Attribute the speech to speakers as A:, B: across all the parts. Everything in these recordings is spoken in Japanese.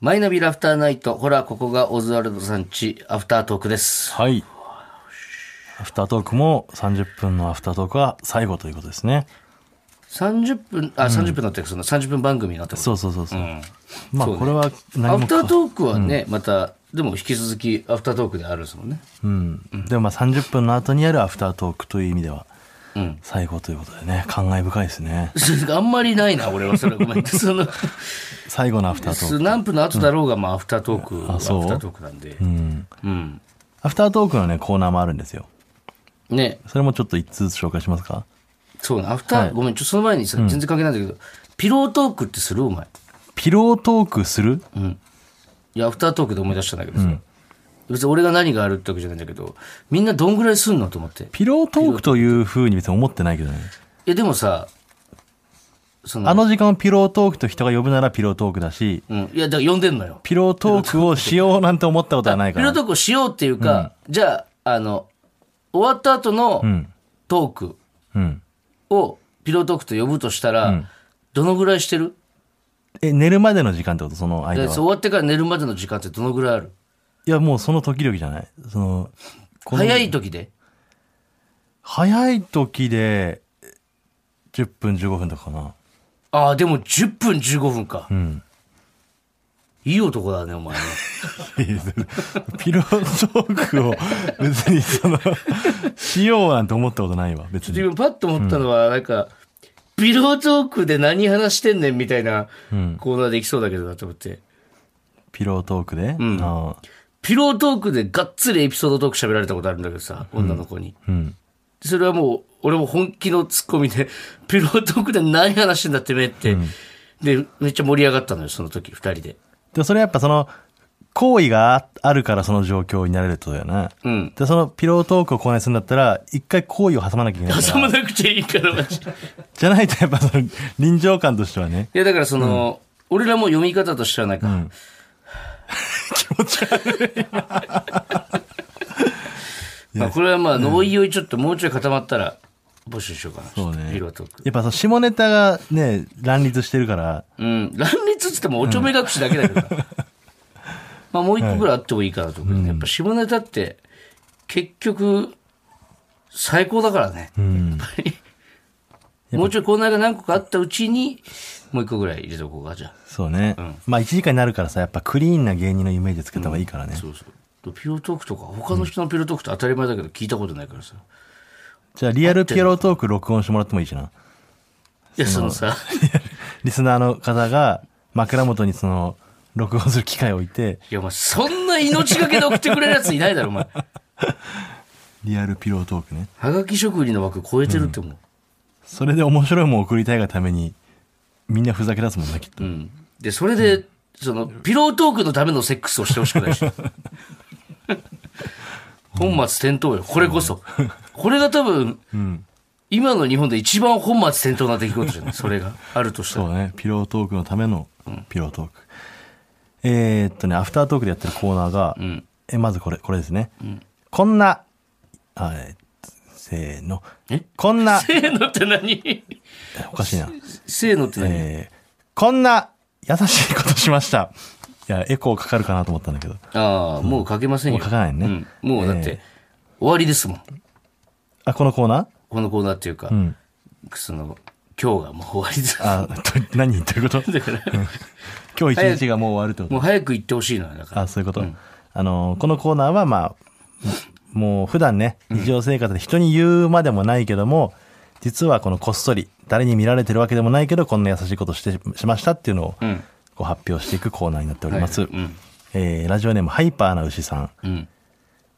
A: マイナビラフターナイト。ほら、ここがオズワルドさんち、アフタートークです。
B: はい。アフタートークも30分のアフタートークは最後ということですね。
A: 30分、あ、30分だったけど、その30分番組になったこと
B: そうそうそうそう。まあ
A: そうね
B: これは
A: ア
B: 何も
A: フタートークはね、また、でも引き続きアフタートークであるんですもんね。
B: うん。でもまあ30分の後にあるアフタートークという意味では
A: うん。
B: 最後ということでね、感慨深いですね。
A: あんまりないな、俺は。それごめん。その、
B: 最後のアフタートーク。
A: 何分の後だろうが、まあ、アフタートーク、ア
B: あ
A: フ
B: そう
A: タートークなんで。
B: うん。
A: うん。
B: アフタートークのね、コーナーもあるんですよ。
A: ね、
B: それもちょっと一通ずつ紹介しますか
A: そうね、アフター、
B: はい
A: ごめん、ちょっとその前にさ、全然関係ないんだけど、ピロートークってするお前。
B: ピロートークする
A: いや、アフタートークで思い出したんだけどさ、別に俺が何があるってわけじゃないんだけど、みんなどんぐらいすんのと思って。い
B: ピロートークというふうに別に思ってないけどね。
A: や、でもさ、その、
B: あの時間をピロートークと人が呼ぶならピロートークだし、
A: うん、いや、だから呼んでんのよ。
B: ピロートークをしようなんて思ったことはないか
A: ピロ
B: ら。
A: ートークをしようっていうか、じゃあ、あの、終わった後の
B: うん。
A: トーク
B: うん。
A: をピロートークと呼ぶとしたら、どのぐらいしてる
B: え、寝るまでの時間ってことその
A: で
B: 間
A: そう終
B: は。
A: わってから寝るまでの時間ってどのぐらいある
B: いや、もうその時々じゃない。その、この
A: 早い時で
B: 早い時で、10分15分とかかな。
A: ああ、でも10分15分か。
B: うん。
A: いい男だね、お前ね。
B: ピロートークを別にその、しようなんて思ったことないわ、別
A: 自
B: に。
A: 分パッと思ったのは、なんか、ピロートークで何話してんねんみたいなコーナーできそうだけどなと思って。
B: ピロートークで。
A: ん
B: ああ
A: ピロートークでがっつりエピソードトーク喋られたことあるんだけどさ、女の子に。
B: うん。
A: それはもう、俺も本気のツッコミで、 ピロートークで何話してんだってめって。で、めっちゃ盛り上がったのよ、その時、二人で。
B: で、それやっぱその、行為があるからその状況になれるってことだよね。
A: うん。
B: で、そのピロートークをコーナーにするんだったら、一回行為を挟まなきゃいけないか
A: 挟ま
B: ら。
A: なくていいから、マジで。
B: じゃないとやっぱその、臨場感としてはね。
A: いや、だからその、俺らも読み方としてはなんか、
B: 気持ち悪い。
A: まあ、これはまあ、のおいおいちょっともうちょい固まったら募集しようかな。
B: そうね
A: ピロートーク。
B: やっぱその下ネタがね、乱立してるから、
A: うん。乱立っつってもおちょめ隠しだけだけどな。 まあ、もう一個ぐらいあってもいいかなと思うけどね。やっぱ下ネタって、結局、最高だからね。やっぱりもうちょいコーナーが何個かあったうちに、もう一個ぐらい入れとこうか、じゃあ。
B: そうね。まあ1時間になるからさ、やっぱクリーンな芸人のイメージつけた方がいいからね。
A: そうそう。ピロートークとか、他の人のピロートークって当たり前だけど聞いたことないからさ。
B: じゃあリアルピロートーク録音してもらってもいいし な。
A: いや、そのさ、
B: リスナーの方が枕元にその、録音する機械を置いて、
A: いや、お前、そんな命がけで送ってくれるやついないだろ、お前。
B: リアルピロートークね。
A: はがき職人の枠超えてるってもう。
B: それで面白いもん送りたいがために、みんなふざけ出すもんね、きっと。
A: うんで、それで、その、ピロートークのためのセックスをしてほしくない し。本末転倒よ。これこそ。これが多分、今の日本で一番本末転倒な出来事じゃないそれがあるとしたら。
B: そうね。ピロートークのためのピロートーク。えーっとね、アフタートークでやってるコーナーが、えまずこれ、これですね。こんな、あえせーの。
A: え
B: こ んな、
A: せーのって何
B: おかしいな。
A: せーのって何
B: えーこんな、優しいことしました。いや、エコーかかるかなと思ったんだけど。
A: ああ、もう書けませんよ。
B: もう書かないね
A: うんもうだっ
B: え
A: て、終わりですもん。
B: あ、このコーナー
A: このコーナーっていうか
B: う、ん。
A: その、今日がもう終わりです。
B: あ、と何言ってること
A: だから、
B: 今日一日がもう終わるってこと
A: もう早く行ってほしいのよ。だから
B: あ、そういうこと。あの、このコーナーは、まあ、もう普段ね、日常生活で人に言うまでもないけども、実はこのこっそり、誰に見られてるわけでもないけど、こんな優しいことしてしましたっていうのを、
A: ん
B: こう発表していくコーナーになっております。
A: はいうん
B: えーラジオネームハイパーな牛さん。
A: うん。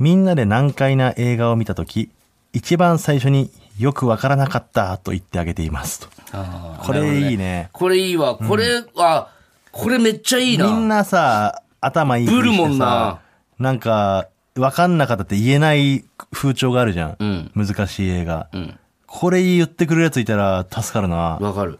B: みんなで難解な映画を見たとき、一番最初によくわからなかったと言ってあげていますと。
A: ああ
B: これいいね。
A: これいいわ。これ、あ、これめっちゃいいな。
B: みんなさ、頭いいふりしてさ。
A: ブルもんな。
B: なんか、わかんなかったって言えない風潮があるじゃん。
A: う
B: 難しい映画。
A: ん
B: これ言ってくれるやついたら助かるな。
A: わかる。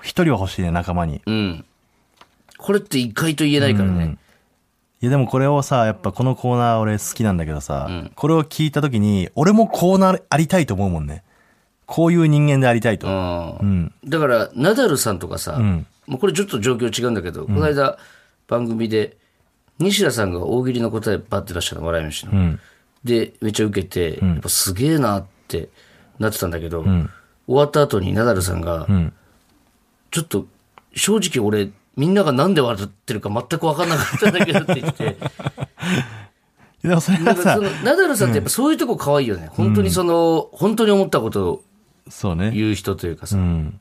B: 一人は欲しいね、仲間に。
A: うん。これって意外と言えないからね。
B: いやでもこれをさ、やっぱこのコーナー俺好きなんだけどさ、これを聞いた時に、俺もコーナーありたいと思うもんね。こういう人間でありたいと。
A: あ
B: うん。
A: あだから、ナダルさんとかさ、
B: ん
A: もうこれちょっと状況違うんだけど、この間、番組で、西田さんが大喜利の答えばって出したの、笑い飯の。で、めっちゃ受けて、やっぱすげえなってなってたんだけど、終わった後にナダルさんが、ちょっと、正直俺、みんながなんで笑ってるか全く分かんなかったんだけどって言って、
B: でもそれ
A: なん
B: は
A: か
B: さ
A: そ、のナダル さんってやっぱそういうとこ可愛いよね。本当にその、本当に思ったことを
B: そうね。
A: 言う人というかさ。
B: うん。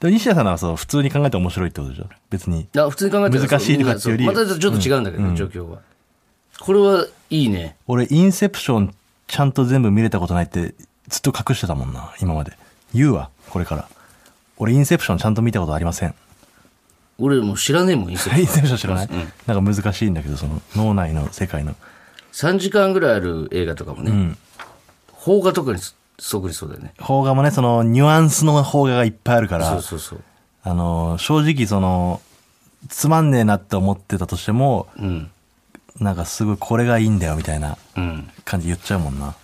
B: でも西田さんはそう、普通に考えて面白いってことでしょ別に。
A: あ普通に考えたら
B: 難しいとかっていうより
A: そうまたちょっと違うんだけど、状況は。これはいいね。
B: 俺、インセプションちゃんと全部見れたことないって、ずっと隠してたもんな、今まで。言うわ、これから。俺、インセプションちゃんと見たことありません。
A: 俺もう知らねえもん、いい
B: インセプション知らない、なんか難しいんだけど、その、脳内の世界の。
A: 3時間ぐらいある映画とかもね。邦画とかにそ特にそうだよね。
B: 邦画もね、その、ニュアンスの邦画がいっぱいあるから。
A: そうそうそう。
B: あの、正直その、つまんねえなって思ってたとしても、
A: うん。
B: なんかすごいこれがいいんだよみたいな
A: うん。
B: 感じ言っちゃうもんな。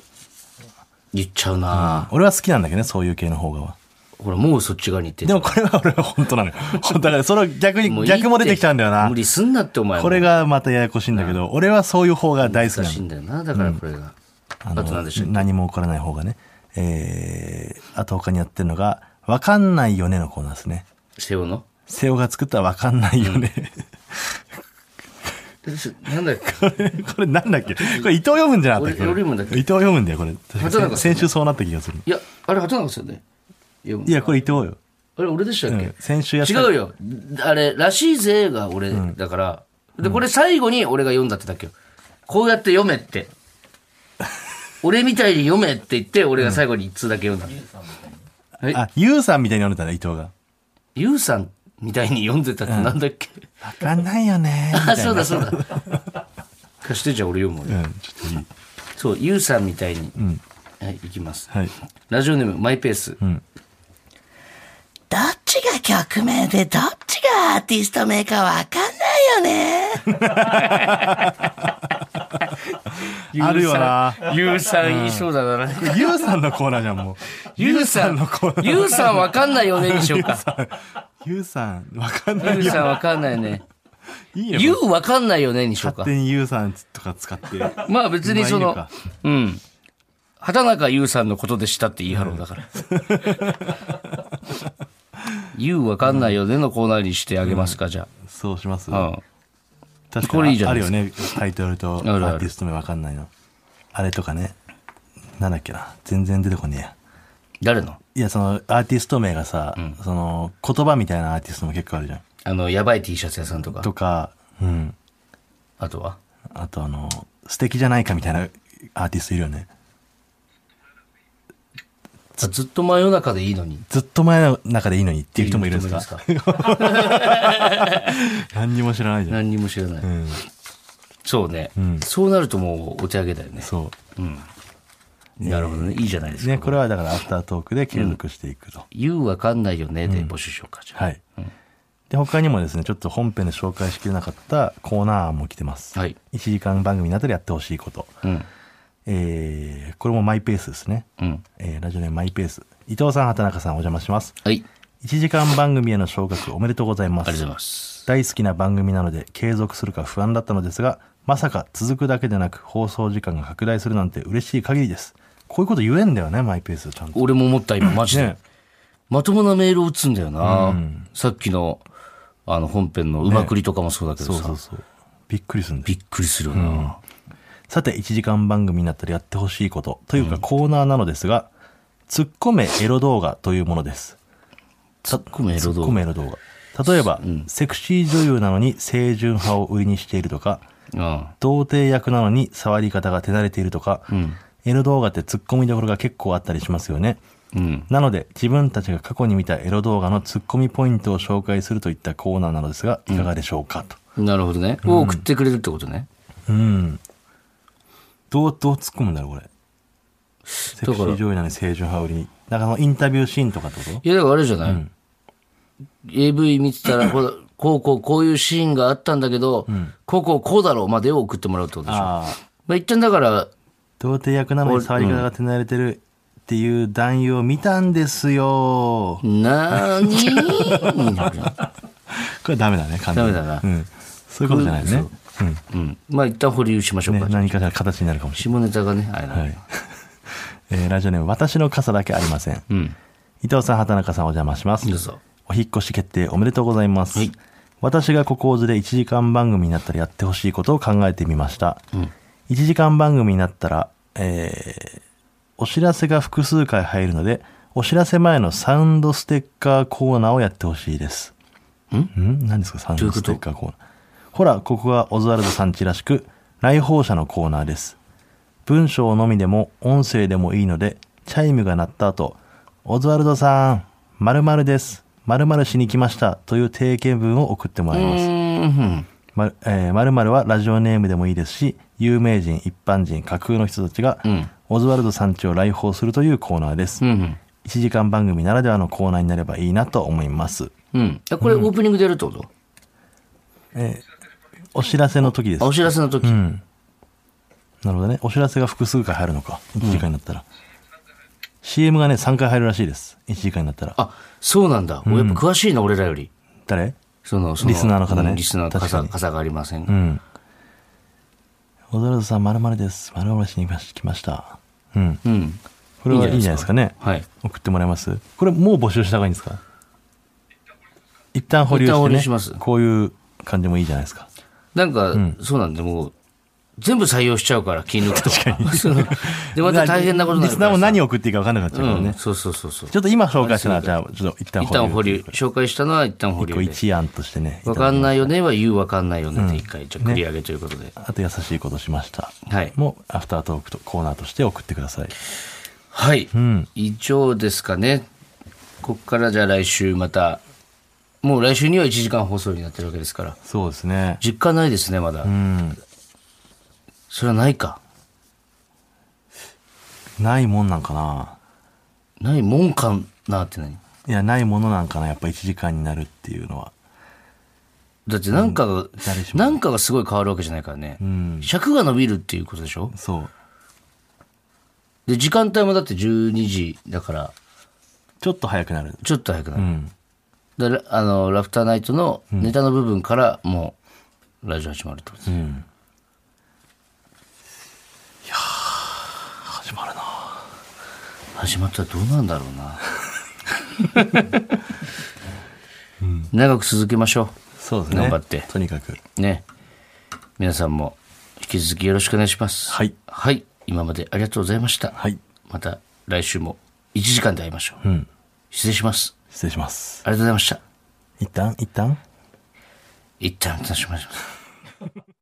A: 言っちゃうな、
B: 俺は好きなんだけどね、そういう系の方がは。
A: ほら、もうそっち側に行ってんじ
B: で
A: ゃん。
B: もこれは俺は本当なの よ。だからその逆
A: もういいっ
B: に、
A: て
B: 逆も出てきちゃうんだよな
A: 無。理すんなって、お前も。
B: これがまたややこしいんだけど、俺はそういう方が大好き
A: 難
B: な
A: しい
B: の。
A: んだよな。だからこれが。あと何でしょう。
B: 何も起こらない方がね。えー、あと他にやってるのが、わかんないよねのコーナーですね。
A: セオの
B: 瀬尾が作ったわかんないよね。
A: なんだっけ
B: これ、これなんだっけこれ伊藤読むんじゃなかったっけ
A: 俺
B: こ
A: 俺
B: れ
A: 読むんだっけ
B: 伊藤読むんだよ、これ。
A: 畑中さん
B: 先週そうなった気がする。
A: いや、あれ、畑中さんだよ。
B: いや、これ伊藤よ。
A: あれ、俺でしたっけ、
B: うん先週やった。
A: 違うよ。あれ、らしいぜが俺だから。で、これ最後に俺が読んだってだけよ。こうやって読め って。俺みたいに読めって言って、俺が最後に一通だけ読んだの。え
B: あ、ゆうさんみたいに読んでたね、伊藤が。
A: ゆうさんみたいに読んでたってなんだっけ、
B: わかんない よね。
A: あ、そうだそうだ。 貸してじゃあ俺読むわ
B: う。ん、ちょっといい。
A: そう、ゆうさんみたいに。はい、いきます。
B: はい。
A: ラジオネーム、マイペース。
C: どっちが曲名でどっちがアーティスト名かわかんないよね。
B: あるよな。
A: ゆうさん言いそうだな。
B: これゆうさんのコーナーじゃん、もう。
A: ゆうさん
B: のコーナー。
A: ゆうさんわかんないよね、でしょうか。
B: ゆうさん、わかんな
A: ゆう
B: いよ。
A: さんわかんないね。
B: いいよ。
A: ゆうわかんないよねにしようか
B: 勝。手にゆうさんとか使って。
A: まあ別にその、
B: まあい
A: う
B: い
A: ん。畑中ゆうさんのことでしたって言い張ろうだ から。ゆうわかんないよねのコーナーにしてあげますか、じゃ
B: そうします
A: あ。うん。
B: 確か
A: これいい
B: に
A: じゃ
B: あ
A: な
B: る
A: いで
B: よ
A: す
B: ねタイトルとア
A: るある
B: ーティスト名わかんないのあれとかねなんだっけな全然出てこねえや
A: 誰の
B: いやそのアーティスト名がさ、その言葉みたいなアーティストも結構あるじゃん
A: あの、やばい T シャツ屋さんとか。
B: とかうん
A: あとは
B: あとあの素敵じゃないかみたいなアーティストいるよね
A: あずっと真夜中でいいのに。
B: ずっと前の中でいいのにっていう人もいるんですか
A: いい のに
B: 何にも知らないじゃん、
A: 何にも知らない。
B: うん、
A: そうね、そうなるともうお手上げだよね。
B: そ
A: なるほどね。いいじゃないで
B: う
A: すか。
B: ねこれはだからアフタートークで継続していくと、
A: ゆうわかんないよねで募集しようか、じゃあ
B: はい、で他にもですねちょっと本編で紹介しきれなかったコーナーも来てます、
A: はい
B: 1時間番組の中でやってほしいこと、
A: うん。
B: えーこれもマイペースですね、
A: うん。
B: えーラジオネームマイペース伊藤さん畑中さんお邪魔します
A: はい。ありが
B: 1時間番組への昇格おめでとうございます
A: とうございます。
B: 大好きな番組なので継続するか不安だったのですがまさか続くだけでなく放送時間が拡大するなんて嬉しい限りですこういうこと言えんだよねマイペースちゃんと
A: 俺も思った今、マジで。
B: ね
A: まともなメールを打つんだよな。さっきの、あの、本編のうまくりとかもそうだけど
B: そう
A: さ。
B: そうそうびっくりするんだよ
A: びっくりするよな。
B: さて、1時間番組になったらやってほしいこと、というかコーナーなのですが、突っ込めエロ動画というものです。
A: 突っ込めエロ
B: 突っ
A: 動
B: 込
A: 画。
B: めエロ動画。例えば、セクシー女優なのに清純派を売りにしているとか、
A: うん。
B: 童貞役なのに触り方が手慣れているとか、エロ動画って突っ込みどころが結構あったりしますよね。
A: うん。
B: なので、自分たちが過去に見たエロ動画の突っ込みポイントを紹介するといったコーナーなのですが、いかがでしょうかと。
A: なるほどね。を送ってくれるってことね。
B: うん。どう、どう突っ込むんだろう、これ。セ
A: ら
B: クシー上位なのに清純派売りに。なんかそのインタビューシーンとかってこと
A: いや、だからあれじゃない、?AV 見てたら、ほらこうこうこういうシーンがあったんだけど、こうこうこうだろうまでを送ってもらうってことでしょ。
B: ああ。
A: まあ一旦だから、
B: 童貞役なのに触り方が手慣れてるっていう男優を見たんですよ。
A: なーに
B: これダメだね、完全に
A: ダメだな
B: うん。そういうことじゃないね。うん。
A: うん。まあ一旦保留しましょう
B: ね
A: か。
B: 何かしら形になるかもし
A: 下ネタがね、あれ
B: れ
A: な
B: ない。はい。 えーラジオネーム、私の傘だけありません。
A: うん。
B: 伊藤さん、畑中さんお邪魔します
A: どうぞ。
B: お引っ越し決定おめでとうございます。
A: はい
B: 私がここをずれ1時間番組になったらやってほしいことを考えてみました。1時間番組になったら、えーお知らせが複数回入るので、お知らせ前のサウンドステッカーコーナーをやってほしいです。
A: ん
B: ん何ですかサウン
A: どういう
B: ド
A: こ
B: ス
A: と
B: テッカーコーナー。ほら、ここがオズワルドさんちらしく、来訪者のコーナーです。文章のみでも音声でもいいので、チャイムが鳴った後、オズワルドさん、〇〇です。〇〇しに来ました。という定型文を送ってもらいま
A: う
B: す。
A: ん。
B: まる、えー、〇〇はラジオネームでもいいですし、有名人、一般人、架空の人たちが、
A: ん
B: オズワルドさんちを来訪するというコーナーです。
A: う
B: 1
A: ん。
B: 時間番組ならではのコーナーになればいいなと思います。
A: うん。あこれオープニングでやるってこと
B: お知らせの時です
A: あ、お。知らせの時。
B: うん。なるほどね。お知らせが複数回入るのか。1時間になったら。CM がね、3回入るらしいです。1時間になったら。
A: あ、そうなんだ。俺やっぱ詳しいな、俺らより。
B: 誰
A: その、その。
B: リスナーの方ね
A: うんリスナーの
B: 確か
A: 傘、
B: に
A: 傘がありません
B: う
A: が。
B: ん。オズワルドさん、〇〇です。〇〇しに来ました。うん。
A: うん。
B: これはいいじゃないですかね。
A: はい。
B: 送ってもらえますこれもう募集した方がいいんですか一旦保留して、
A: 一
B: ね、
A: 旦保留します
B: こういう感じもいいじゃないですか
A: なんか、そうなんで、もう、全部採用しちゃうから、気抜くと。 そので、また大変なことにな
B: リ
A: る
B: ス
A: か
B: ナ
A: ら
B: ーも
A: さ。
B: 何送っていいか分かんなくなっちゃうからね、
A: うん、そうそうそうそう
B: ち。ょっと今紹介したのはじゃあちょっと一旦
A: 一旦保
B: 保留
A: 留。紹介したのは一旦保留
B: こう
A: で。
B: 一案としてね
A: わかん
B: い
A: ないよねは言うわかんないよねで一回、じゃあ繰り上げということで。
B: ただきますあと優しいことしました
A: はい。
B: もうアフタートークとコーナーとして送ってください
A: はい。
B: ん
A: 以上ですかね。ここからじゃあ来週また、もう来週には1時間放送になってるわけですから。
B: そうですね
A: 実感ないですね、まだ
B: う。ん
A: それはないか。
B: ないもんなんかな
A: ないもんかなって何
B: いやないものなんかなやっぱ1時間になるっていうのは
A: だってなんかが、
B: 誰しも
A: なんかがすごい変わるわけじゃないからね。
B: うん
A: 尺が伸びるっていうことでしょ
B: そう
A: で、時間帯もだって12時だから、
B: ちょっと早くなる
A: ちょっと早くな
B: う
A: る。
B: ん
A: だからあの、ラフターナイトのネタの部分からもう、ラジオ始まるってことです。
B: うんいやー始まるな
A: 始まったらどうなんだろうな。 長く続けましょ
B: そうです
A: ね頑張って
B: とにかく
A: う。ね。皆さんも引き続きよろしくお願いします。
B: はい
A: はい。今までありがとうございました。
B: はい
A: また来週も1時間で会いましょう。
B: うん
A: 失礼します。
B: 失礼します
A: ありがとうございました。
B: 一旦一旦
A: 一旦お願いします。